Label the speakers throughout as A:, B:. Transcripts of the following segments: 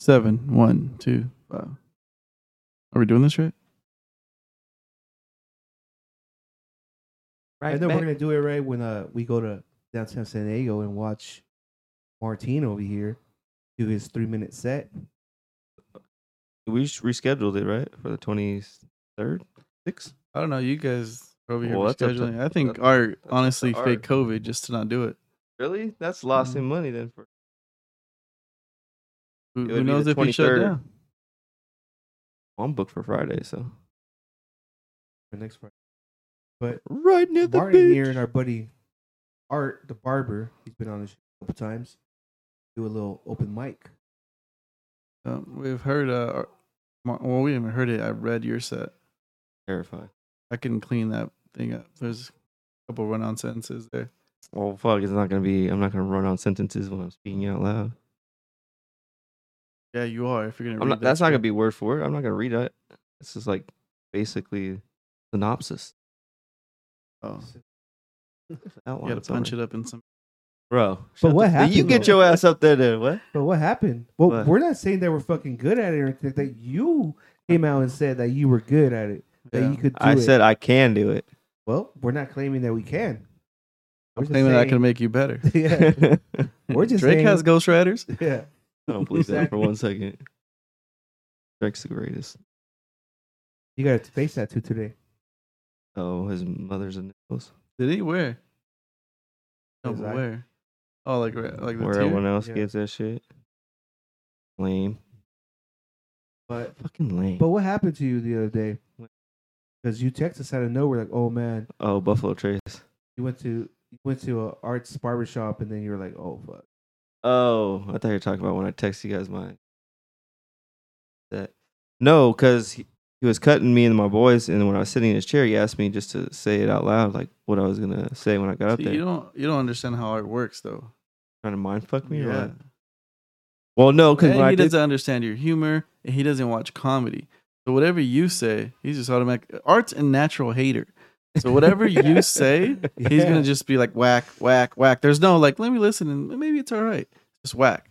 A: Seven, one, two, five. Are we doing this right?
B: Right.
C: I know
B: back.
C: we're gonna do it right when uh we go to downtown San Diego and watch Martin over here do his three minute set.
B: We s- rescheduled it, right? For the 23rd? 6th?
A: I don't know. You guys are over here
B: Well, that's up to-
A: scheduling. I think
B: that's-
A: Art
B: up to
A: honestly
B: Art.
A: faked COVID just to not do it.
B: Really? That's lost
C: Mm-hmm.
B: in money then. For
A: Who,
B: It
A: who
B: would be
A: knows
B: the
A: if he shut
B: 23rd.
A: down?
B: well, I'm booked for Friday, so.
C: for next Friday. But
B: Right near the
C: Martin
B: beach.
C: here and our buddy Art, the barber, he's been on the show a couple times. Do a little open mic.
A: Um, we've heard. Uh, Ar- Mar- well, we haven't heard it. I read your set.
B: Terrifying.
A: I can clean that thing up. There's a couple run-on sentences there.
B: Well, fuck, it's not going to be, I'm not going to run on sentences when I'm speaking out loud.
A: Yeah, you are. If you're gonna,
B: I'm
A: read
B: not,
A: that
B: that's not going to
A: script.
B: be word for word. I'm not going to read it. This is like basically synopsis.
A: Oh, you
B: Outline
A: gotta punch
B: summary.
A: it up in some.
B: Bro.
C: But
B: shut
C: what
B: the- You
C: happened,
B: get
C: though?
B: your ass up there then. What?
C: But what happened? Well,
B: What?
C: we're not saying that we're fucking good at it or anything. That you came out and said that you were good at it. That
A: Yeah.
C: you could do
B: I
C: it.
B: said I can do it.
C: well, we're not claiming that we can.
A: I'm
C: We're just
A: claiming I can
C: saying-
A: make you better.
C: yeah, we're just
A: Drake
C: saying,
A: has ghostwriters.
C: yeah.
B: I don't believe that for one second. Drake's the greatest.
C: You got a face tattoo today.
B: Oh, his mother's and nipples.
A: Did he where? No,
C: His
A: but
C: eye.
A: where? Oh, like right- like the
B: Where
A: tear?
B: everyone else
C: Yeah.
B: gets that shit. Lame.
C: But
B: Fucking lame.
C: But what happened to you the other day?
B: What?
C: Because you text us out of nowhere, like, "Oh man,
B: oh, Buffalo Trace.
C: you went to you went to a arts barbershop," and then you were like, "Oh fuck."
B: Oh, I thought you were talking about when I text you guys my that. No, because he, he was cutting me and my boys, and when I was sitting in his chair, he asked me just to say it out loud, like what I was gonna say when I got up
A: See,
B: there.
A: You don't you don't understand how art works though.
B: Trying to mind fuck me, or what? Well, no, because
A: And
B: when
A: he
B: I did,
A: doesn't understand your humor and he doesn't watch comedy. So whatever you say, he's just automatic art's a natural hater. So whatever you say, he's
C: Yeah.
A: gonna just be like whack, whack, whack. There's no like, let me listen and maybe it's all right. Just whack.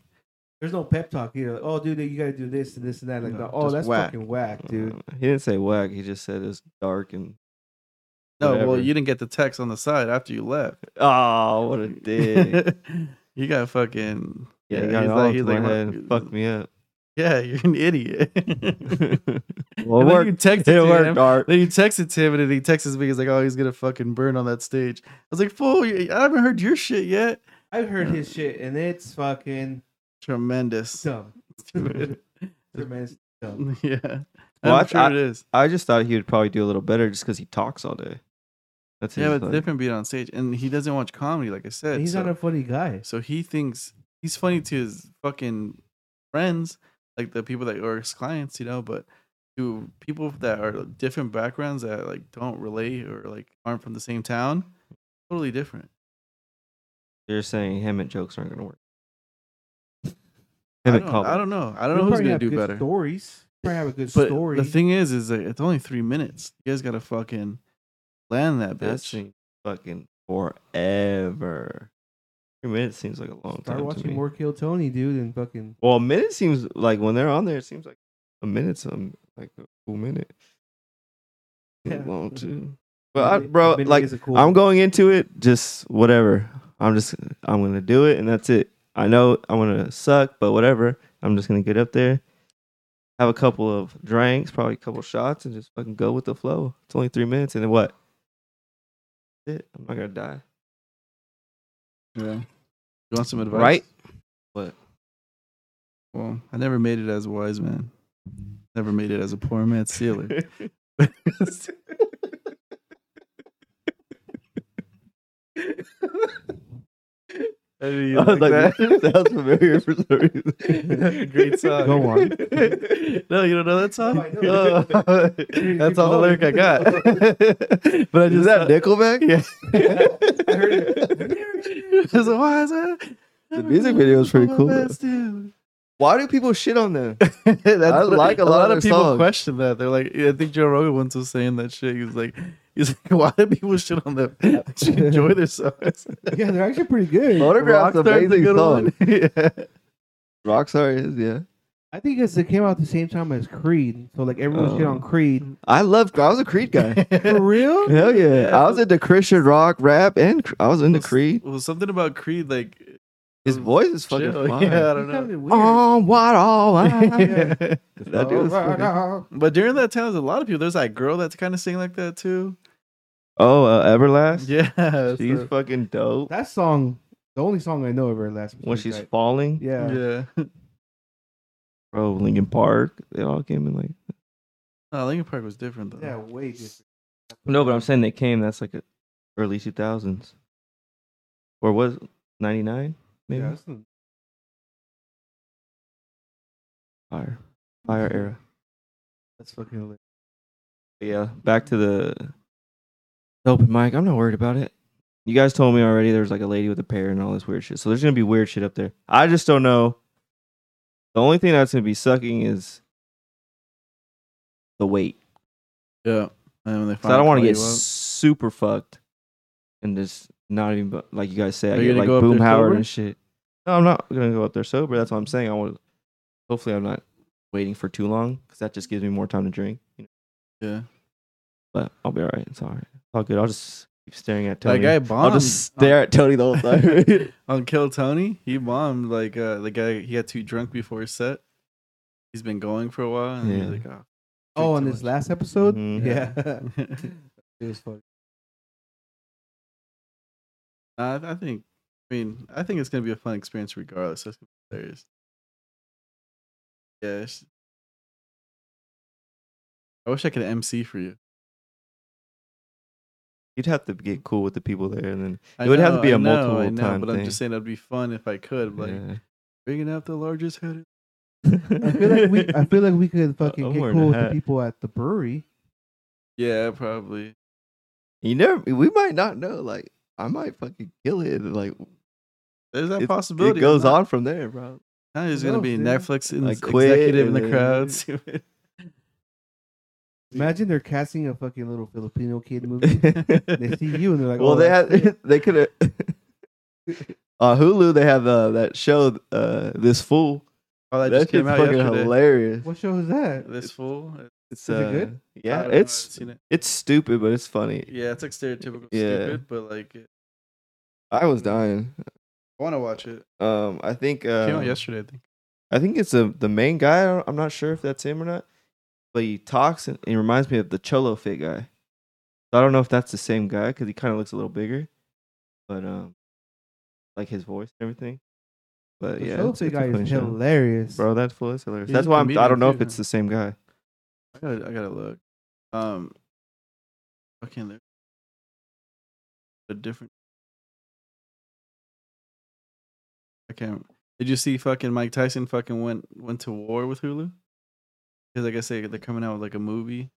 C: There's no pep talk either. Like, oh, dude, you gotta do this and this and that. Like,
A: No,
C: oh,
A: just
C: that's
A: whack.
C: fucking whack, dude.
B: he didn't say whack. He just said it was dark and
A: No, well,
B: Whatever.
A: you didn't get the text on the side after you left.
B: oh, what a dick.
A: you got fucking
B: yeah, he
A: Yeah,
B: got
A: he's
B: all
A: like-
B: up to
A: he's
B: my
A: like, what-
B: head and fucked me up.
A: yeah, you're an idiot.
B: well,
A: And
B: it
A: then you
B: worked.
A: texted
B: It
A: him.
B: worked, Art.
A: Then you texted him, and then he texts me. He's like, "Oh, he's gonna fucking burn on that stage." I was like, "Fool, you- I haven't heard your shit yet."
C: I heard his shit, and it's fucking
A: Tremendous.
C: dumb, tremendous dumb.
A: yeah,
B: Well, I-
A: I'm sure
B: I-
A: it is.
B: I just thought he would probably do a little better just because he talks all day. That's
A: Yeah, but
B: his,
A: it's
B: like-
A: different being on stage, and he doesn't watch comedy, like I said.
C: And he's
A: so,
C: not a funny guy.
A: so he thinks he's funny to his fucking friends, like the people that are his clients, you know. But to people that are different backgrounds that like don't relate or like aren't from the same town, totally different.
B: You're saying him and jokes aren't going to work.
A: I
B: Him and
A: don't,
B: Colin.
A: I don't know. I don't
C: You
A: know who's
C: probably
A: gonna
C: have
A: do
C: good
A: better.
C: Stories. You probably have a good
A: But
C: story.
A: the thing is, is that it's only three minutes. You guys gotta fucking land that
B: That
A: bitch.
B: seems fucking forever. Three minutes seems like a long
C: Start
B: time. to
C: watching
B: me.
C: more Kill Tony, dude, and fucking
B: Well, a minute seems like when they're on there, it seems like a minute's um, like a cool minute.
C: Yeah.
B: Long too. But I,
C: Minute-
B: bro,
C: minute
B: like
C: is a cool
B: I'm
C: one.
B: going into it just whatever. I'm just I'm gonna do it, and that's it. I know I'm gonna suck, but whatever. I'm just gonna get up there, have a couple of drinks, probably a couple shots, and just fucking go with the flow. It's only three minutes, and then what? That's it. I'm not gonna die,
A: Yeah. You want some advice?
B: right? But
A: Well, I never made it as a wise man. Never made it as a poor man sealer.
B: I was like, that? sounds familiar for some reason.
A: Great song.
C: Go on.
A: no, you don't know that song. Oh.
C: No, I
B: Uh,
C: don't.
B: that's all the lyric I got. but I just
A: that
B: Nickelback. Yeah,
C: I heard it.
A: As a wise man.
B: The music video is pretty cool, though. Why do people shit on them? I like a lot of their
A: people
B: songs.
A: question that. They're like, I think Joe Rogan once was saying that shit. He was like, he's like, why do people shit on them? They should enjoy their songs.
C: Yeah, they're actually pretty good.
B: Autograph's
A: Rockstar's a
B: amazing
A: good
B: song.
A: one. yeah.
B: Rockstar is yeah.
C: I think because it came out at the same time as Creed, so like everyone was shit
B: Oh.
C: on Creed.
B: I love. I was a Creed guy.
C: For real?
B: Hell yeah! I was into Christian rock, rap, and cr- I was into Creed.
A: Well, something about Creed, like
B: His voice is fucking
A: chill.
B: fine.
A: Yeah, I
C: He's
A: don't
C: kind
A: know.
C: of weird.
B: Oh, what all I.
A: Yeah.
B: that dude was fucking.
A: But during that time, there's a lot of people. There's that girl that's kind of singing like that too.
B: Oh, uh, Everlast.
A: Yeah, so-
B: she's fucking dope.
C: That song, the only song I know of her last.
B: When she's
C: like,
B: falling,
C: yeah.
A: yeah.
B: bro, Lincoln Park, they all came in like.
A: No, Oh, Linkin Park was different though.
C: yeah, way different.
B: No, but I'm saying they came. That's like a early 2000s, or was 99 maybe
C: Yeah, that's the-
B: fire, fire era.
C: that's fucking lit.
B: But yeah, back to the open mic. I'm not worried about it. You guys told me already there was like a lady with a pair and all this weird shit. So there's gonna be weird shit up there. I just don't know. The only thing that's gonna be sucking is the weight.
A: yeah. And when they
B: So I don't
A: finally
B: want
A: call
B: to get
A: you up.
B: super fucked and just not even bu- like you guys say.
A: Are
B: I
A: you
B: get
A: gonna
B: like
A: go up there
B: boomhauer
A: sober?
B: and shit. No, I'm not gonna go up there sober. That's what I'm saying. I want. Hopefully, I'm not waiting for too long because that just gives me more time to drink. You know?
A: Yeah.
B: But I'll be all right. It's all right. It's all good. I'll just keep staring at
A: That
B: Tony.
A: guy bombed. Uh,
B: I'll just stare at Tony the whole time.
A: on Kill Tony, he bombed like uh, the guy. He got too drunk before his set. He's been going for a while, and he's
B: Yeah.
A: like, oh,
C: Oh,
A: drink
C: on
A: too
C: this
A: much.
C: last episode,
B: Mhm.
C: yeah,
A: Yeah.
C: it was funny.
A: Nah, I I think. I mean, I think it's gonna be a fun experience regardless. That's gonna be hilarious. Yeah. it's- I wish I could MC for you.
B: You'd have to get cool with the people there, and then
A: I
B: It would have to be
A: a
B: a multiple time
A: But I'm just saying it'd be fun if I could. Like
B: yeah.
A: bringing out the largest head.
C: I feel like we, I feel like we could fucking
B: I'm
C: get
B: wearing a
C: cool with the
B: hat.
C: people at the brewery.
A: Yeah, probably.
B: you never. We might not know. Like I might fucking kill it. and, Like
A: There's that
B: it-
A: possibility.
B: It goes on from there, bro.
A: Now there's
C: Who
A: gonna be a
C: knows,
A: Netflix in
B: I quit
A: executive in the
B: and
A: crowd.
C: Imagine they're casting a fucking little Filipino kid movie. they see you and they're like,
B: well,
C: oh,
B: they
C: that's it.
B: had they could have on Hulu. They have uh, that show, uh, this fool.
A: oh, that,
B: That,
A: just
B: shit's
A: came out
B: fucking
A: yesterday.
B: hilarious.
C: What show is that?
A: This fool.
B: It's uh,
C: Is it good?
A: I don't
B: Yeah,
A: know, I haven't
B: it's
A: seen it.
B: it's stupid, but it's funny.
A: Yeah, it's like stereotypical
B: Yeah.
A: stupid, but like I
B: I was dying.
A: want to watch it.
B: Um, I think
A: It
B: uh,
A: came out yesterday, I think.
B: I think it's a, the main guy. I don't- I'm not sure if that's him or not, but he talks and he reminds me of the Cholo Fit guy. So I don't know if that's the same guy because he kind of looks a little bigger, but um, like his voice and everything. But
C: The
B: yeah,
C: show
B: it's-
C: big
B: it's a
C: guy is
B: funny show.
C: hilarious.
B: Bro, that fool is hilarious.
A: He's
B: That's
A: a
B: why I'm, I
A: comedian
B: don't know
A: too,
B: if it's
A: huh?
B: the same guy.
A: I gotta, I gotta look. Um, fucking there. A different. I can't. Did you see fucking Mike Tyson fucking went went to war with Hulu? Because like I say, they're coming out with like a movie,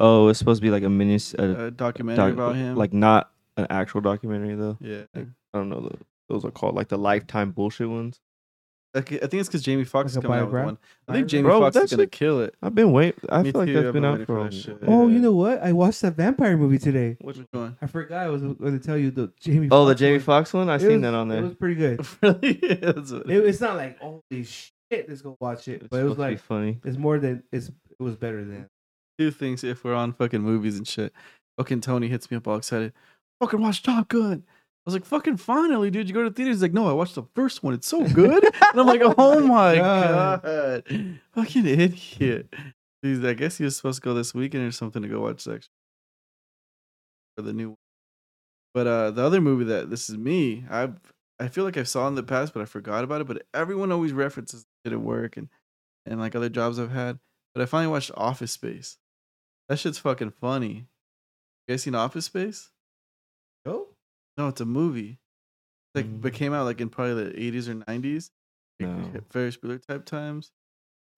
B: Oh, it's supposed to be like a mini a
A: a documentary
B: Uh, doc-
A: about him.
B: like not an actual documentary though.
A: yeah,
B: like- I don't know the, those are called like the lifetime bullshit ones.
A: Like, I think it's because Jamie Foxx
C: Like
A: is
C: a
A: coming out with
C: biograph-
A: one. I think Jamie
B: Bro,
A: Foxx is
B: that's
A: gonna
B: like-
A: kill it.
B: I've been wait. I
A: Me
B: feel like
A: too,
B: that's
A: I've
B: been
A: been
B: out
A: waiting
B: for.
A: for
B: a
A: that shit.
B: while.
C: Oh, you know what? I watched that vampire movie today.
B: Which
A: Which one?
C: I forgot I was going to tell you the Jamie.
B: Oh, the
C: Foxx
B: Jamie
C: one.
B: Fox one. I
C: It
B: seen
C: was-
B: that on
C: It
B: there.
C: was pretty good.
A: really? Yeah, that's what-
C: It, it's not like holy shit, let's go watch it,
B: It's
C: but it was
B: supposed to be
C: like
B: funny.
C: it's more than it's it was better than.
A: two things if we're on fucking movies and shit. Fucking Tony hits me up all excited. Fucking watch Top Gun. I was like, fucking finally, dude. You go to theaters. He's like, no, I watched the first one. It's so good. and I'm like, oh my
C: God.
A: god, fucking idiot. Dude, I guess he was supposed to go this weekend or something to go watch Section for the new one. But uh, the other movie that this is me, I I feel like I saw in the past, but I forgot about it. But everyone always references it at work and and like other jobs I've had. But I finally watched Office Space. That shit's fucking funny. You guys seen Office Space?
C: Oh,
A: No, it's a movie. Like,
B: Mm.
A: but came out like in probably the eighties or nineties,
B: No.
A: like Ferris Bueller type times,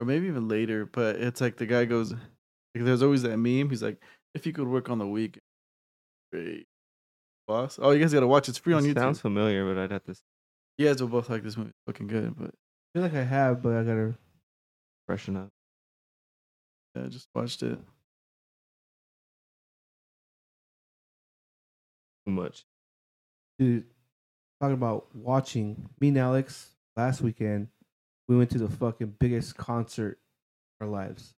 A: or maybe even later. But it's like the guy goes, like, there's always that meme. He's like, if you could work on the weekend, great, boss. Oh, you guys gotta watch. It's free on
B: It
A: YouTube.
B: Sounds familiar, but I'd have to
A: You guys will both like this movie. It's fucking good. But
C: I feel like I have, but I gotta.
B: freshen up.
A: yeah, I just watched it.
B: Too much.
C: Dude, talking about watching me and Alex last weekend. we went to the fucking biggest concert of our lives.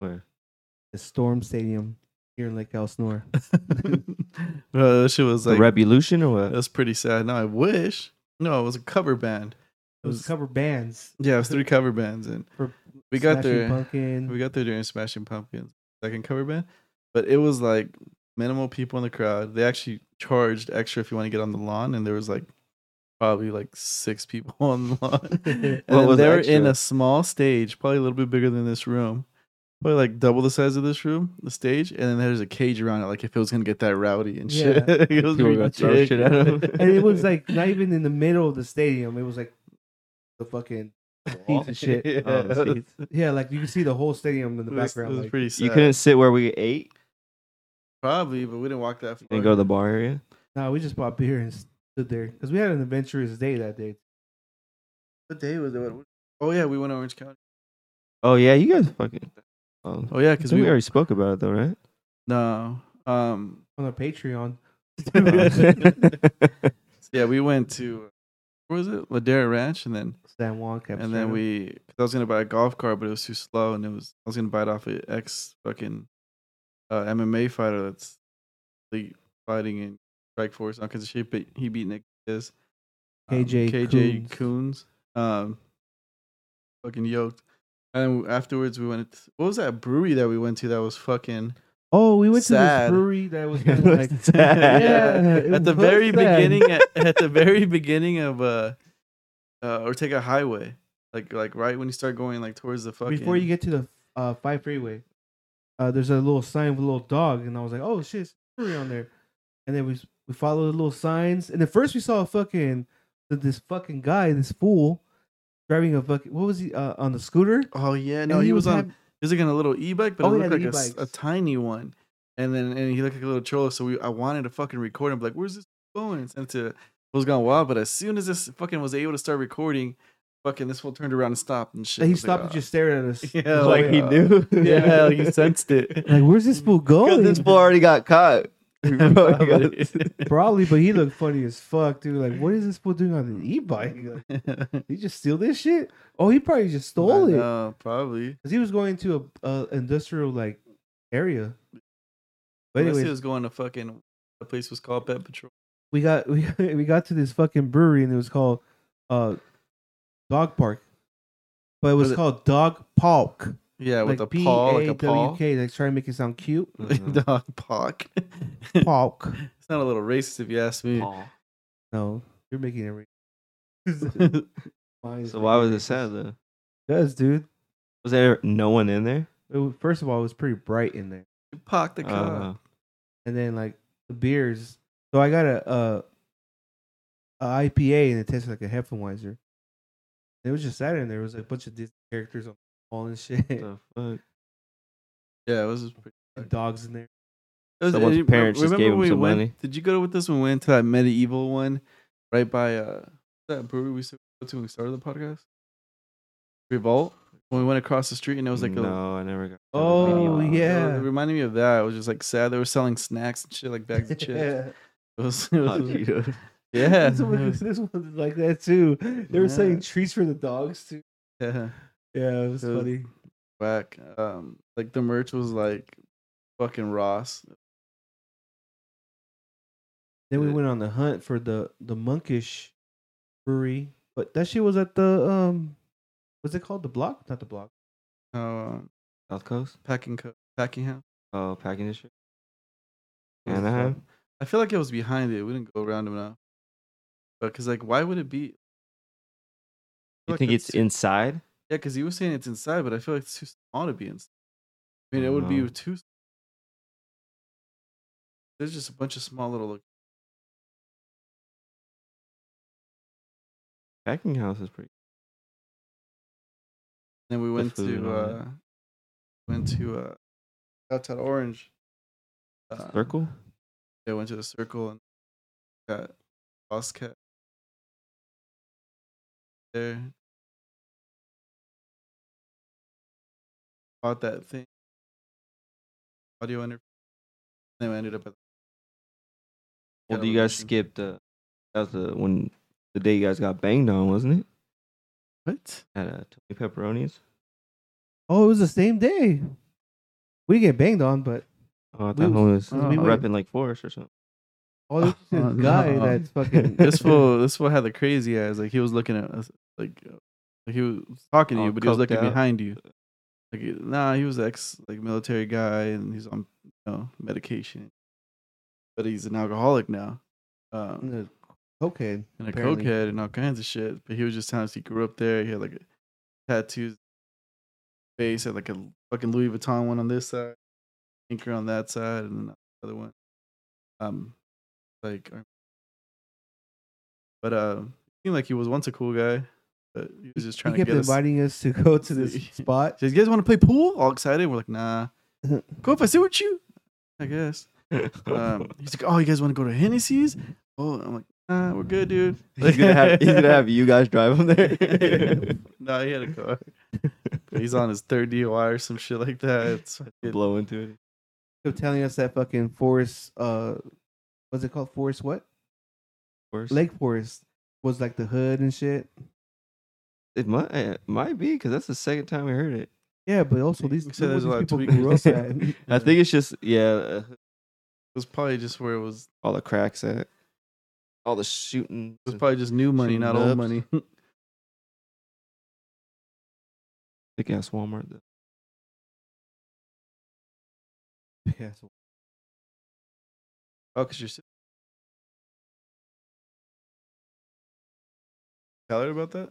B: Where?
C: The Storm Stadium here in Lake Elsinore.
A: Bro, that shit was
B: The
A: like
B: Revolution or what?
A: It was pretty sad. No, I wish. No, it was a cover band.
C: It was cover bands.
A: Yeah, it was three cover bands, and
C: For
A: we got
C: Smashing
A: there.
C: Pumpkin.
A: We got there during Smashing Pumpkins, second cover band. But it was like minimal people in the crowd. They actually charged extra if you want to get on the lawn, and there was like probably like six people on the lawn. And
B: What
A: then
B: was
A: they were in
B: extra?
A: a small stage, probably a little bit bigger than this room, probably like double the size of this room, the stage. And then there's a cage around it, like if it was gonna get that rowdy and shit.
C: Yeah.
A: it was
B: People were gonna throw shit at 'em.
A: ridiculous.
C: and it was like not even in the middle of the stadium. It was like the fucking seats and shit. Um,
A: Yeah.
B: Oh, the seats.
C: Yeah, like you can see the whole stadium in the
A: It was-
C: background.
A: It was
C: like,
A: pretty sad.
B: You couldn't sit where we ate
A: probably, but we didn't walk that far.
B: and go to the bar area.
C: no, we just bought beer and stood there because we had an adventurous day that day.
A: What day was it? What- Oh yeah, we went to Orange County.
B: Oh yeah, you guys fucking. Oh,
A: Oh yeah,
B: because
A: because
B: we,
A: we
B: already spoke about it though, right?
A: no. Um,
C: on our Patreon.
A: yeah, we went to where was it? Ladera Ranch, and then
C: San Juan kept
A: and then
C: trying to-
A: we. Cause I was gonna buy a golf cart, but it was too slow, and it was I was gonna buy it off an ex fucking uh, MMA fighter that's like fighting in Strike Force and all kinds of shit. But he beat Nick Diaz. Um,
C: KJ
A: KJ
C: Coons.
A: Coons. Um, fucking yoked. And then afterwards, we went. what was that brewery that we went to? That was fucking.
C: Oh, we went to
A: Sad.
C: this brewery that was
B: It
C: kinda
B: was
C: like
B: sad.
C: Yeah, it
A: at the
C: was
A: very
C: sad.
A: beginning at, at the very beginning of uh, uh Ortega Highway. Like like right when you start going like towards the fucking
C: before you get to the uh, five freeway. Uh, there's a little sign with a little dog, and I was like, "Oh shit, it's a brewery on there." And then we we followed the little signs, and at first we saw a fucking th- this fucking guy, this fool, driving a fucking what was he uh, on the scooter?
A: Oh yeah, no,
C: And
A: he, was, on
C: hav-
A: he was like on a little e bike, but
C: Oh,
A: it
C: yeah,
A: looked
C: the
A: like a s- a,
C: e-bikes.
A: tiny one. And then and he looked like a little troll, so we I wanted to fucking record him, but like, where's this phone? And sent it to was gone wild, but as soon as this fucking was able to start recording, fucking this fool turned around and stopped and shit. I
C: he
A: was
C: stopped
A: like, "Ah."
C: and just stared at us.
A: Yeah,
C: Oh,
B: like he
A: yeah.
B: knew.
A: "Ah." Yeah, like he sensed it.
C: Like, where's this fool
B: Because
C: going?
B: this boy already got caught. He probably got-
C: Probably, but he looked funny as fuck, dude. Like, what is this fool doing on an e-bike? Like, did he just steal this shit? Oh, he probably just stole it.
A: No, probably.
C: because he was going to a, a industrial like area. But
A: Unless he
C: anyways,
A: was going to fucking the place was called Pet Patrol.
C: we got we, we got to this fucking brewery and it was called uh Dog Park, but it was
A: Was it-
C: called Dog Park.
A: Yeah, with a
C: P
A: paw, like
C: A
A: a
C: W
A: paw.
C: K. Like trying to make it sound cute.
B: Mhm.
A: Dog park. it's
C: Park.
A: not a little racist if you ask me.
C: No, you're making it. Re-
A: I
B: So why was it sad though?
C: Yes, dude.
B: Was there no one in there?
C: It was, first of all, it was pretty bright in there.
A: parked the car.
B: Uh,
C: and then like the beers. So I got a uh a IPA and it tasted like a Hefeweizen. It was just sat in there. It was like a bunch of Disney characters on the wall and shit.
B: the fuck?
A: yeah, it was. Pretty,
C: And dogs in there.
A: it was
B: Someone's
A: and you-
B: parents just
A: remember
B: gave him
A: we
B: some
A: went-
B: money.
A: Did you go with us when we went to that medieval one, right by uh that brewery we used to go to when we started the podcast? Revolt. When we went across the street and it was like
B: no,
A: a
B: I never got.
C: Oh,
A: It
C: yeah.
A: reminded me of that. It was just like sad. They were selling snacks and shit, like bags of chips. It was, it
B: Hot
A: was-
B: Cheetos.
A: yeah.
C: this, one, this one was like that too. They were
A: Yeah.
C: selling treats for the dogs too.
A: yeah.
C: Yeah, it was
A: So-
C: funny.
A: Whack. Um, like the merch was like fucking Ross.
C: Then we went on the hunt for the the monkish brewery, but that shit was at the um, what's it called? The block? Not the block.
A: Uh,
B: South Coast.
A: packing co- packing house.
B: Oh, packing district.
A: It was
B: Anaheim.
A: fun. I feel like it was behind it. We didn't go around enough. But cause like, why would it be? I feel
B: You
A: like
B: think it's inside?
A: yeah? Cause you were saying it's inside, but I feel like it's too small to be inside. I mean, it would
B: No.
A: be too. There's just a bunch of small little.
B: Packing house is pretty.
A: Then we went
B: food and
A: to
B: all
A: uh,
B: that.
A: went to uh, outside Orange. Uh,
B: Circle.
A: They went to the circle and got boss cat there. Bought that thing. Audio interface. Then we ended up at
B: Well,
A: Yeah,
B: do you guys
A: location.
B: skip the? That was the when the day you guys got banged on, wasn't it?
A: What?
B: at uh, Tony Pepperoni's.
C: Oh, it was the same day. We get banged on, but
B: Oh, I
C: We
B: thought homie was
A: uh, we
B: repping like Forest or something.
C: oh, this
A: Oh,
B: Uh,
C: this guy
A: no.
C: that's fucking.
A: This fool, this fool had the crazy eyes. Like he was looking at us, like, uh, like he was talking to
B: All
A: you, but he was
B: coked
A: looking
B: out.
A: behind you. Like, he- nah, he was ex like military guy, and he's on you know medication, but he's an alcoholic now, um,
C: Okay.
A: and a
C: apparently.
A: cokehead and all kinds of shit. But he was just telling us he grew up there. He had like tattoos, face had like a fucking Louis Vuitton one on this side, anchor on that side, and another one. Um, like, um, but uh, seemed like he was once a cool guy, but he was just trying
C: he
A: to
C: kept
A: get us.
C: inviting us to go to this spot.
A: Says, you guys want to play pool? All excited. We're like, nah. Go if I sit with you. I guess. Um, he's like, oh, you guys want to go to Hennessy's? Oh, I'm like, nah, we're good, dude.
B: he's gonna have he's gonna have you guys drive him there,
A: no, he had a car. But he's on his third DUI or some shit like that. It's fucking-
B: blow into it.
C: kept telling us that fucking forest. Uh, what's it called? Forest what?
B: Forest.
C: Lake Forest was like the hood and shit.
B: it might it might be because that's the second time we heard it.
C: Yeah, but also these,
A: You said
C: where
A: there's a lot of
C: these people
A: tweakers.
C: grew up at.
B: I think it's just yeah, uh,
A: it was probably just where it was.
B: all the cracks at all the shooting.
A: It was probably just new money, not
B: Nubs.
A: old money.
B: Big ass Walmart. though.
C: Yeah, so-
A: Oh, because you're. si- Tell her about that.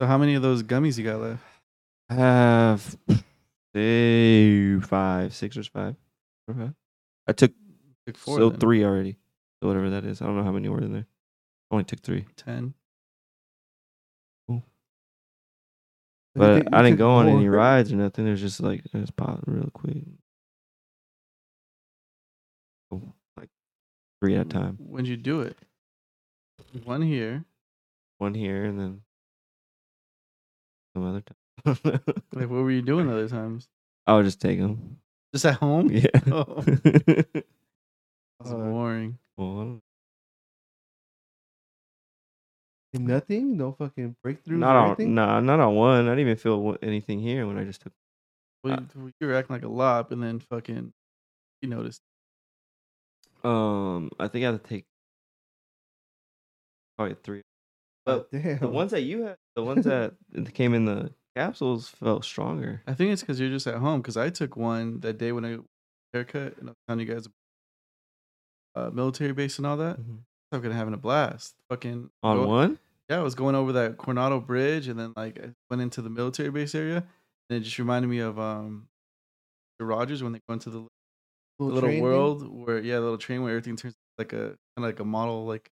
A: So, how many of those gummies you got left?
B: I have two, five, six or five. Okay. I took
A: Took four.
B: so
A: then.
B: three already. So whatever that is, I don't know how many were in there. I only took three.
A: Ten.
C: I
B: But
C: think we
B: I didn't
C: took
B: go on any
C: more-
B: rides or nothing. It was just like it was popping real quick. Oh, Like three
A: Hmm.
B: at a time.
A: When'd you do it? One here.
B: One here and then some other time.
A: Like, what were you doing other times?
B: I would just take them.
A: Just at home?
B: Yeah.
A: Oh. That's
C: Uh,
A: boring.
B: Well, I don't-
C: Nothing, no fucking breakthroughs.
B: not
C: or
B: on
C: anything?
B: nah, not on one. I didn't even feel wa- anything here when I just took.
A: Well, you, you were acting like a lop, and then fucking, you noticed.
B: Um, I think I had to take probably three.
C: Oh, damn.
B: The ones that you had, the ones that came in the capsules felt stronger.
A: I think it's because you're just at home. Because I took one that day when I haircut, and I was telling you guys, uh, military base and all that. I'm fucking having a blast. Fucking
B: Mm. On
A: go-
B: one,
A: Yeah, I was going over that Coronado Bridge, and then like I went into the military base area, and it just reminded me of um, the Rogers when they go into the the little
C: train thing?
A: world where yeah, the little train where everything turns like a kind of like a model like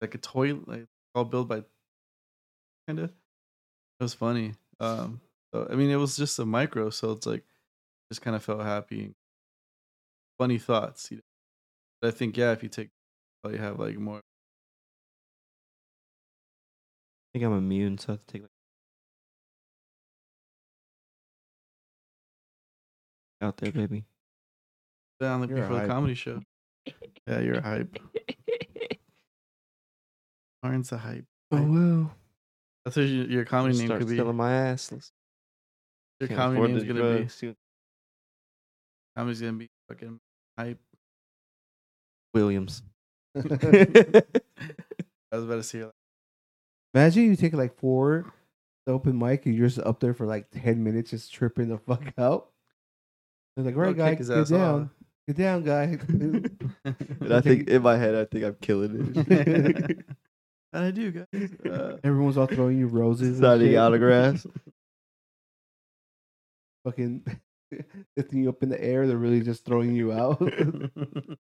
A: like a toy like all built by kind of. It was funny. Um, so, I mean, it was just a micro, so it's like just kind of felt happy. Funny thoughts, you know. But I think yeah, if you take, you have like more.
B: I think I'm immune, so I have to take like out there, baby.
A: Down like
C: You're a
A: before the
C: hype.
A: comedy show. Yeah, you're a hype. Aren't the hype? Right.
B: well,
A: That's what your, your comedy name
B: start
A: could be.
B: selling my ass. Let's-
A: Your
B: can't
A: comedy
B: afford
A: name's
B: the
A: gonna be.
B: drugs, too.
A: Comedy's gonna be fucking hype.
B: Williams.
A: I was about to say.
C: Imagine you take like four the open mic and you're just up there for like ten minutes, just tripping the fuck out. They're like, all right,
A: I'll
C: guy,
A: kick his
C: get
A: ass
C: down, get down, guy.
A: off.
B: And I think in my head, I think I'm killing it.
A: and I do, guys. Uh,
C: Everyone's all throwing you roses, and
B: Signing
C: shit.
B: autographs.
C: fucking lifting you up in the air. They're really just throwing you out.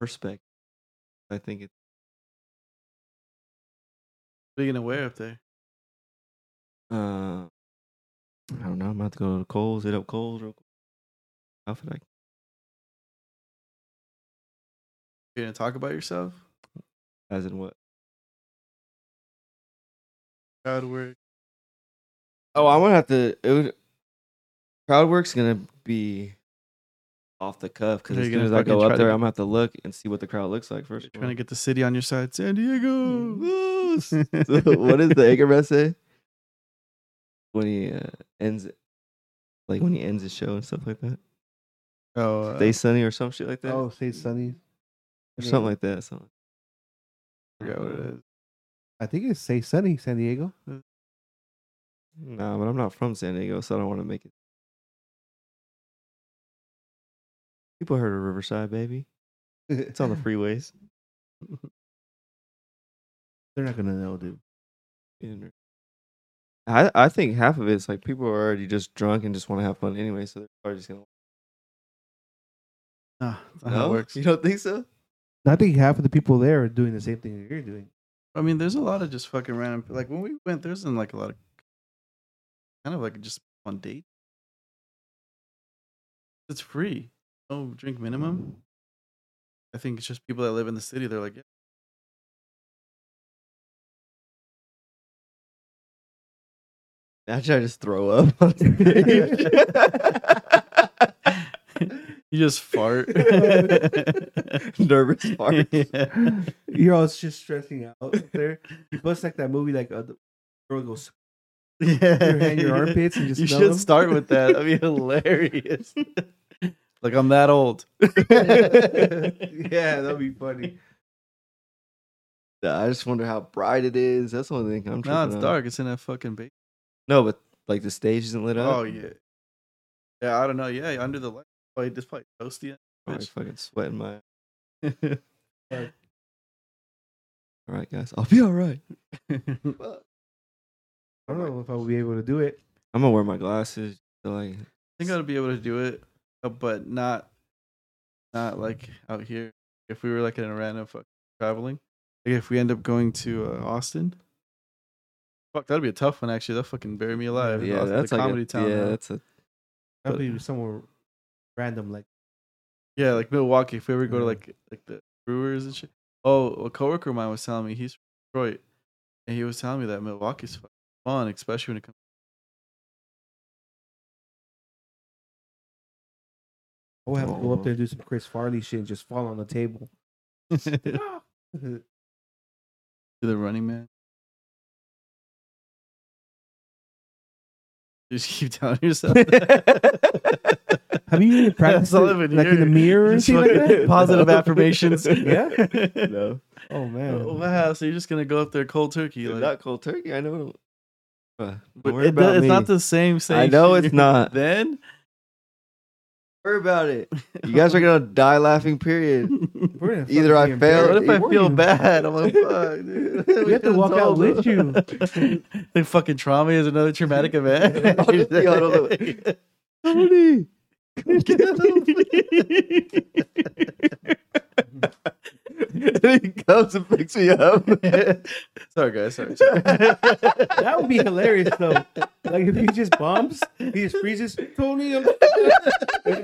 B: Perspective. I think it's
A: what are you gonna wear up there?
B: Uh, I don't know. I'm about to go to the Coles, hit up Coles real quick. Outfit I
A: You're gonna talk about yourself?
B: as in what?
A: Crowd work.
B: Oh, I'm gonna have to. It would, crowd work's gonna be off the cuff because
A: Are
B: as
A: you
B: soon
A: gonna
B: as I go
A: fucking
B: up
A: try
B: there,
A: to-
B: I'm gonna have to look and see what the crowd looks like first. of
A: Trying to
B: all.
A: get the city on your side, San Diego. Woo!
B: So, what does the Anchorman say when he uh, ends, it? like when he ends his show and stuff like that?
A: Oh, uh,
B: Stay sunny or some shit like that,
C: Oh, say sunny.
B: or something like that. Something.
A: I forgot what it is.
C: I think it's say sunny San Diego.
B: Nah, but I'm not from San Diego, so I don't want to make it. People heard of Riverside, baby. It's on the freeways.
C: They're not gonna know, dude.
B: in- I I think half of it's like people are already just drunk and just want to have fun anyway, so they're probably just gonna.
A: Nah, that's not how it works.
B: you don't think so?
C: I think half of the people there are doing the same thing that you're doing.
A: I mean, there's a lot of just fucking random. Like when we went, there's in like a lot of kind of like just on date. It's free, no drink minimum. I think it's just people that live in the city. They're like, yeah.
B: Actually, I just throw up. on stage.
A: you just fart.
B: Nervous fart.
A: Yeah.
C: You're all just stressing out up there. You bust like that movie, like uh, the girl goes. Your hand, your armpits, and just
A: you
C: smell
A: should
C: them.
A: start with that. That'd be hilarious. like I'm that old.
C: yeah, that'd be funny.
B: I just wonder how bright it is. That's the only thing
A: No,
B: I'm.
A: it's
B: tripping on.
A: dark. It's in that fucking basement.
B: No, but like the stage isn't lit up.
A: Oh yeah, yeah. I don't know. Yeah, under the light, probably it's probably toasty.
B: I'm
A: bitch.
B: fucking sweating my.
A: Fuck.
B: All right, guys, I'll be all right.
A: Fuck.
C: I don't know if I would be able to do it.
B: I'm gonna wear my glasses. So like,
A: I think I'd be able to do it, uh, but not, not like out here. If we were like in a random fuck traveling, like if we end up going to uh, Austin, fuck, that'd be a tough one. Actually, that'll fucking bury me alive.
B: yeah,
A: Austin's a
B: that's like
A: comedy
B: a,
A: town.
B: Yeah,
A: now.
B: that's a
C: I'd
B: But-
C: be somewhere random, like
A: Yeah, like Milwaukee. If we ever go to
C: Yeah.
A: like like the Brewers and shit. Oh, a coworker of mine was telling me he's from Detroit, and he was telling me that Milwaukee's fu- fun, especially when it comes.
C: I would have to go
B: Oh.
C: up there and do some Chris Farley shit and just fall on the table.
A: to the Running Man. Just keep telling yourself. that.
C: Have you even practiced
A: That's all
C: it,
A: I've been
C: like in the
A: hearing.
C: mirror or
A: Just
C: anything like
A: fucking
C: that?
A: Positive affirmations.
C: Yeah?
B: no.
C: Oh man,
A: Oh, Wow. So you're just gonna go up there cold turkey?
B: Dude,
A: Like,
B: not cold turkey. I know. Uh,
A: But
B: don't worry
A: it-
B: about
A: it's
B: me.
A: not the same. Same.
B: I know
A: shit
B: it's not.
A: Then
B: Worry about it. You guys are gonna die laughing. Period.
C: We're gonna fucking
B: Either I
C: be
B: fail-
A: what if I
B: Were
A: feel
C: you?
A: bad? I'm like, fuck, dude.
C: We have to walk out with you.
A: the fucking trauma is another traumatic event.
B: Honestly, I don't Somebody, get that little fl- And he comes and picks me up.
A: sorry, guys. Sorry. sorry.
C: That would be hilarious though. Like if he just bumps, he just freezes. Tony, I'm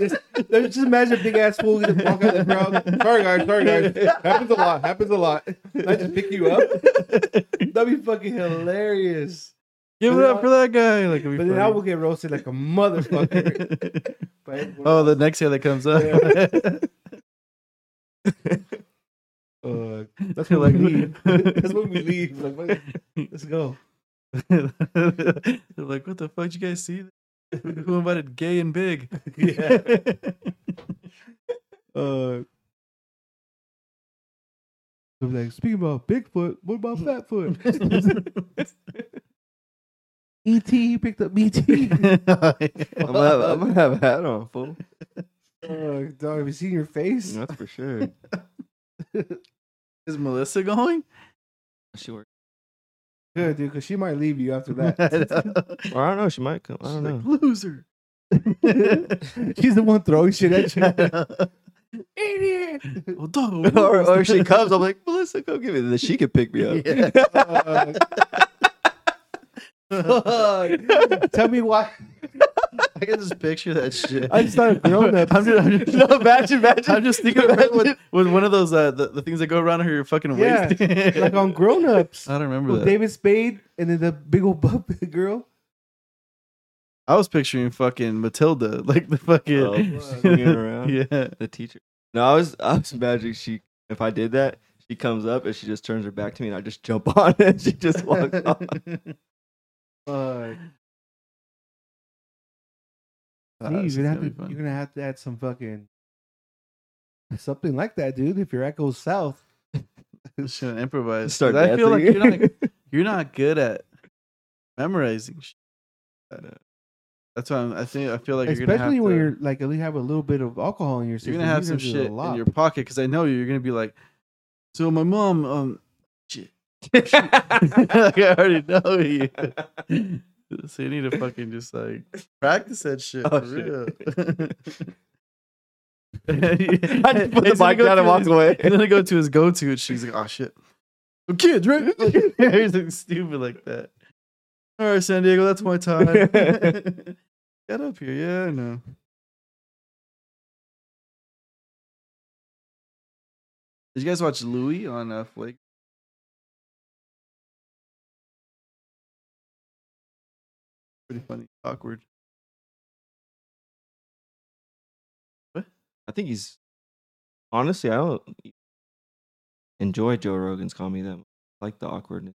C: just, just imagine a big ass fool just walk out the crowd. Sorry guys, sorry guys. Happens a lot. Happens a lot. I just pick you up. That'd be fucking hilarious.
A: Give it up for that guy. Like, it'd be
C: But then I
A: funny.
C: will get roasted like a motherfucker. But-
A: oh, the next hair that comes up.
C: Uh, that's
A: You're
C: when we
A: like-
C: leave. that's when we leave. Like, wait, let's go.
A: They're like, what the fuck? Did you guys see? Who invited gay and big?
C: Yeah. Uh, I'm like, speaking about Bigfoot, what about Fatfoot? ET, E he picked up BT.
B: I'm gonna, have, I'm gonna have a hat on, fool.
C: Uh, dog, have you seen your face?
B: That's for sure.
A: Is Melissa going?
B: She works.
C: Good, dude, because she might leave you after that.
A: I
B: Or I don't know. She might come. I don't know.
A: Loser.
C: She's the one throwing shit at you. Idiot!
A: Well, dog,
B: or, or if she comes, I'm like Melissa, go give me. Then she can pick me up.
A: Yeah.
C: Uh, fuck. Tell me why.
A: I can just picture that shit.
C: I just thought grown ups.
A: I'm just, I'm just,
B: No, imagine, imagine.
A: I'm just thinking about with, with one of those uh, the, the things that go around her fucking
C: Yeah,
A: waist.
C: like on grown ups.
A: Uh, I don't remember
C: With
A: that.
C: David Spade and then the big old buff girl.
A: I was picturing fucking Matilda, like the fucking
B: Oh, swinging around.
A: yeah.
B: the teacher. No, I was I was imagining she if I did that, she comes up and she just turns her back to me and I just jump on and she just walks off.
C: Fuck.
A: Uh,
C: Dude,
A: this
C: you're,
A: is
C: gonna have
A: gonna be
C: to,
A: fun.
C: you're gonna have to add some fucking something like that, dude. If your act goes south,
A: Just gonna improvise.
B: Start
A: 'Cause I feel like
B: dancing.
A: you're not you're not good at memorizing. Shit. uh,
B: No.
A: That's why I'm, I think I feel like you're gonna have
C: especially when
A: to,
C: you're like at least have a little bit of alcohol in your
A: you're
C: system,
A: gonna have some
C: do a
A: shit in
C: lot.
A: your pocket because I know you. You're gonna be like, so my mom, um, shit. like I already know you. So you need to fucking just like practice that shit
B: Oh,
A: for
B: shit.
A: real.
B: I
A: He's
B: just put the
A: gonna
B: bike
A: go
B: down and
A: through
B: walk
A: his-
B: away.
A: And then I go to his go-to, and she's like, "Oh shit, the kids, right?" He's like stupid like that. All right, San Diego, that's my time. Get up here, yeah, I know. Did you guys watch Louis on uh, Flake? Pretty funny, awkward.
B: I think he's honestly I don't enjoy Joe Rogan's comedy that much. I like the awkwardness.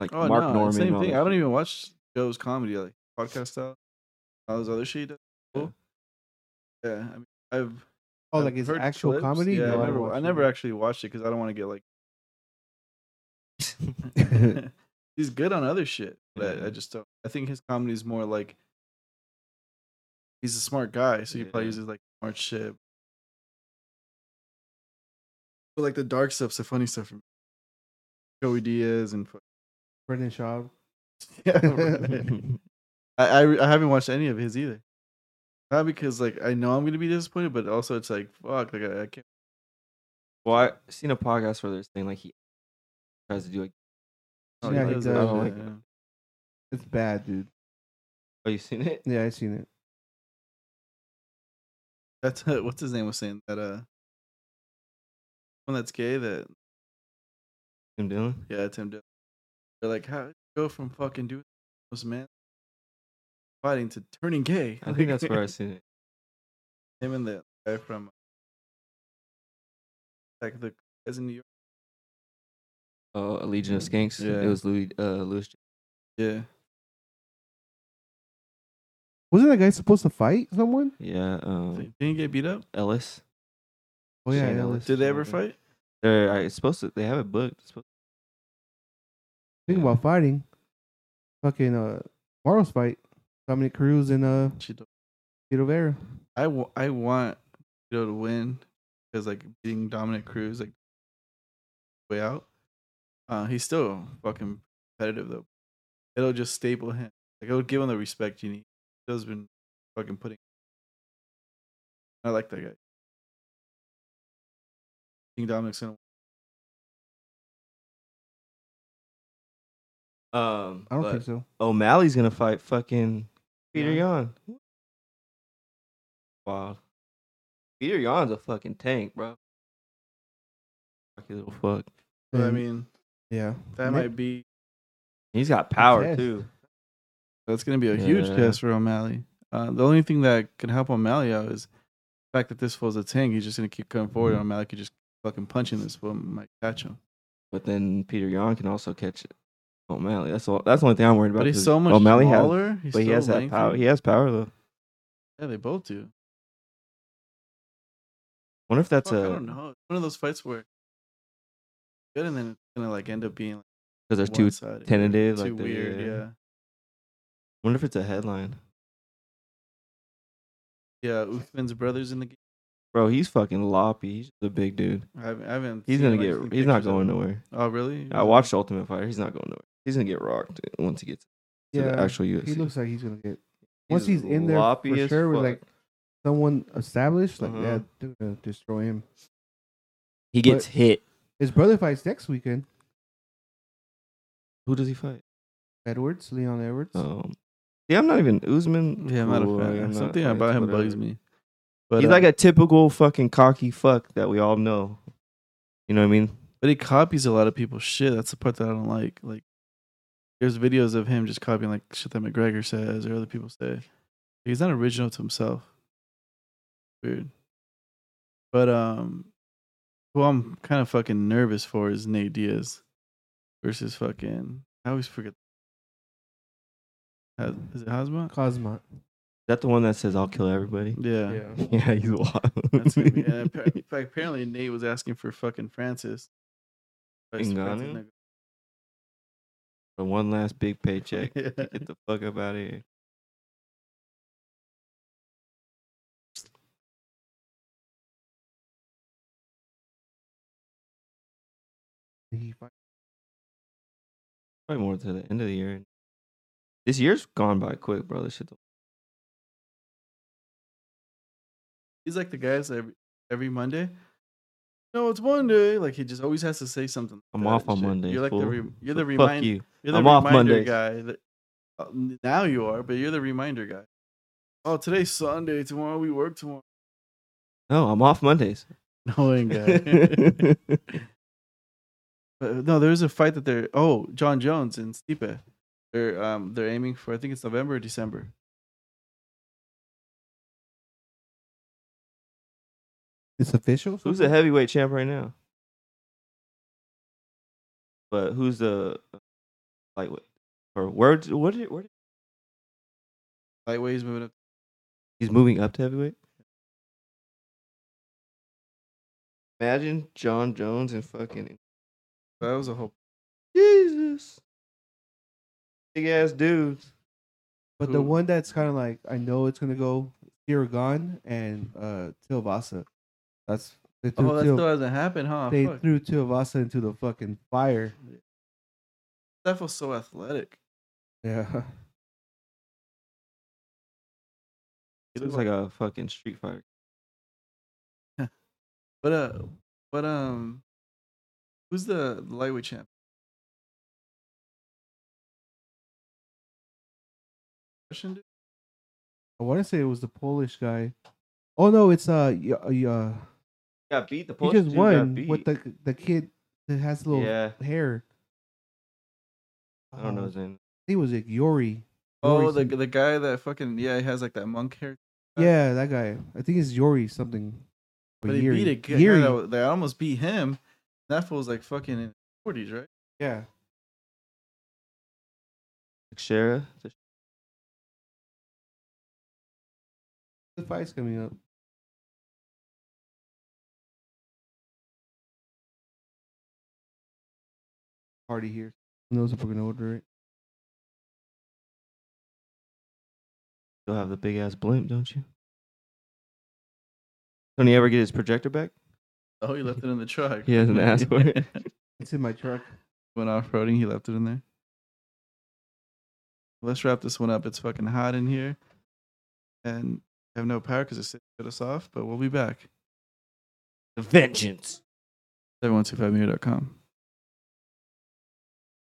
B: Like
A: Oh
B: Mark
A: no,
B: Norman. and
A: same
B: all
A: thing.
B: that
A: I don't
B: shit.
A: even watch Joe's comedy like podcast style. All those other shit. he does. Cool. Yeah, I mean, I've
C: oh,
A: I've
C: like it's
A: heard
C: actual
A: clips.
C: comedy.
A: Yeah, I
C: No, don't
A: never,
C: watch
A: I
C: it.
A: never actually watched it because I don't want to get like. He's good on other shit, but I, I
B: Yeah.
A: just don't. I think his comedy is more like. He's a smart guy, so he probably
B: Yeah.
A: uses like smart shit. But like the dark stuff's the funny stuff for me. Joey Diaz and fu-
C: Brendan Shaw.
A: yeah, right. I, I I haven't watched any of his either. Not because like I know I'm gonna be disappointed, but also it's like fuck, like I, I can't.
B: Well, I seen a podcast where they're saying like he tries to do like
A: Oh,
C: Yeah,
A: he
C: he
A: does
C: does.
A: that,
B: I don't
A: yeah,
B: like
A: yeah.
C: It's bad, dude.
B: Oh, you seen it?
C: Yeah, I seen it.
A: That's uh, what's his name was saying that uh, one that's gay that
B: Tim Dillon?
A: yeah Tim Dillon. They're like how you go from fucking doing most man fighting to turning gay.
B: I think that's where I seen it.
A: him and the guy from like the guys in New York.
B: Oh, a Legion of Skanks.
A: Yeah.
B: It was Louis uh Louis J-
A: Yeah,
C: Wasn't that guy supposed to fight someone?
B: Yeah, um
A: didn't he get beat up.
B: Ellis.
C: Oh yeah,
B: Shane
C: yeah,
B: Ellis.
C: let's
A: Did they ever
B: Okay.
A: fight?
B: They're I, it's supposed to they have it booked. It's supposed
C: think about fighting. Fucking uh, tomorrow's fight, Dominic Cruz and uh,
A: She
C: Tito Vera.
A: I, w- I want Tito to win because like beating Dominic Cruz like way out. Uh, he's still fucking competitive though. It'll just staple him. Like it'll give him the respect you need. Tito's been fucking putting. I like that guy. I think Dominic's gonna.
B: to- um
C: I don't
B: but
C: think so.
B: O'Malley's gonna fight fucking Peter
A: Yeah.
B: Yan. Wow. Peter Yan's a fucking tank, bro. Fucky little fuck.
A: But I
C: And-
A: mean,
C: yeah,
A: that
C: Nick-
A: might be.
B: He's got power
C: Yes.
B: too.
A: That's gonna be a huge
B: Yeah.
A: test for O'Malley. Uh, the only thing that can help O'Malley out is the fact that this fool's a tank. He's just gonna keep coming forward.
B: Mm-hmm.
A: and O'Malley could just fucking punch him. This fool might catch him.
B: But then Peter Yan can also catch it. O'Malley. That's all that's the only thing I'm worried about.
A: But he's
B: 'cause
A: so much
B: O'Malley has-
A: smaller. he's
B: but he
A: so
B: has that
A: lengthy.
B: power. He has power though.
A: Yeah, they both do.
B: Wonder if that's
A: Fuck, I
B: a
A: don't know. It's one of those fights where good, and then it's gonna like end up being like,
B: because they're too
A: one-sided,
B: tentative.
A: too
B: like they're-
A: weird. Yeah,
B: Wonder if it's a headline,
A: yeah. Uthman's brothers in the game.
B: bro. He's fucking loppy. He's just a big dude.
A: I haven't. I haven't
B: He's
A: seen,
B: gonna
A: like,
B: get.
A: seen
B: He's not
A: pictures of
B: going
A: him.
B: nowhere.
A: Oh really?
B: I watched Ultimate Fighter. He's not going nowhere. He's gonna get rocked once he gets to
C: yeah.
B: the actual UFC.
C: he looks like he's gonna get once he's in there
B: loppy
C: for
B: as
C: sure with
B: fuck.
C: like someone established. Like
B: Uh-huh.
C: yeah, they're gonna destroy him.
B: he gets hit.
C: His brother fights next weekend.
B: Who does he fight?
C: Edwards, Leon Edwards.
B: Um, yeah, I'm not even Usman.
A: Yeah, I'm not
B: cool,
A: a
B: like, I'm
A: fan.
B: not-
A: Something
B: like,
A: about him
B: whatever.
A: bugs me. But
B: he's
A: uh,
B: like a typical fucking cocky fuck that we all know. You know what I mean?
A: But he copies a lot of people's shit. That's the part that I don't like. Like there's videos of him just copying like shit that McGregor says or other people say. He's not original to himself. Weird. But um who I'm kind of fucking nervous for is Nate Diaz versus fucking I always forget. Ha- Is it Hazmat?
C: Cosmot.
B: that the one that says I'll kill everybody?
A: Yeah.
C: Yeah.
B: Yeah, he's wild.
A: That's gonna be, and appa- fa- apparently Nate was asking for fucking Francis. But it's
B: Ngannou? For one last big paycheck.
A: Yeah.
B: Get the fuck up out of here.
C: He fight-
B: Probably more to the end of the year. This year's gone by quick, bro. This shit.
A: He's like the guys every every Monday. No, it's Monday. Like he just always has to say something. like
B: I'm
A: that
B: off
A: and
B: on
A: shit.
B: Mondays,
A: You're like the
B: fool.
A: re, you're the
B: So Fuck
A: reminder.
B: you.
A: You're the
B: I'm off
A: reminder
B: Mondays.
A: guy. That, uh, now you are, but you're the reminder guy. Oh, today's Sunday. Tomorrow we work. Tomorrow,
B: No, I'm off Mondays.
A: knowing guy.
B: That's
A: But Uh, no, there's a fight that they're oh John Jones and Stipe, they're um they're aiming for I think it's November or December.
C: It's official.
B: who's the heavyweight champ right now? But who's the lightweight? Or where? d- What? Did, where did,
A: Lightweight's moving up.
B: he's moving up to heavyweight. Imagine John Jones and fucking
A: That was a whole.
B: Jesus, big ass dudes.
C: But the
A: Who?
C: one that's kind of like I know it's gonna go Tiragon and uh Tilvasa. That's they threw,
A: Oh, that
C: Til-
A: still hasn't happened, huh?
C: they
A: Fuck.
C: threw Tilvasa into the fucking fire.
A: That was so athletic.
C: Yeah,
B: He looks like a fucking street fighter.
A: But uh, but um, who's the lightweight champ? Russian dude?
C: I want to say it was the Polish guy. Oh no, it's uh yeah, yeah.
B: Got beat. The
C: he
B: Polish
C: just
B: dude got
C: won
B: beat.
C: with the the kid that has little
B: yeah.
C: hair.
B: I don't know
C: Uh,
B: his name.
C: I think it was like Yori.
A: Oh,
C: Yori
A: the
C: something.
A: the guy that fucking yeah, he has like that monk hair. guy.
C: yeah, that guy. I think it's Yori something. Or
B: Oh,
A: But he
C: Yuri.
A: beat a guy
C: Yuri.
A: that, was- that almost beat him. That fool's like fucking in his forties, right?
C: Yeah.
B: Shara. The
C: the fight's coming up. Party here. Who knows if we're gonna order it?
B: You'll have the big ass blimp, don't you? Don't he ever get his projector back?
A: Oh, he left it in the truck.
B: He has an ass for it.
C: It's in my truck.
A: Went off roading, he left it in there. Let's wrap this one up. It's fucking hot in here, and I have no power because it shut us off. But we'll be back.
B: The vengeance.
A: Seven one two five com.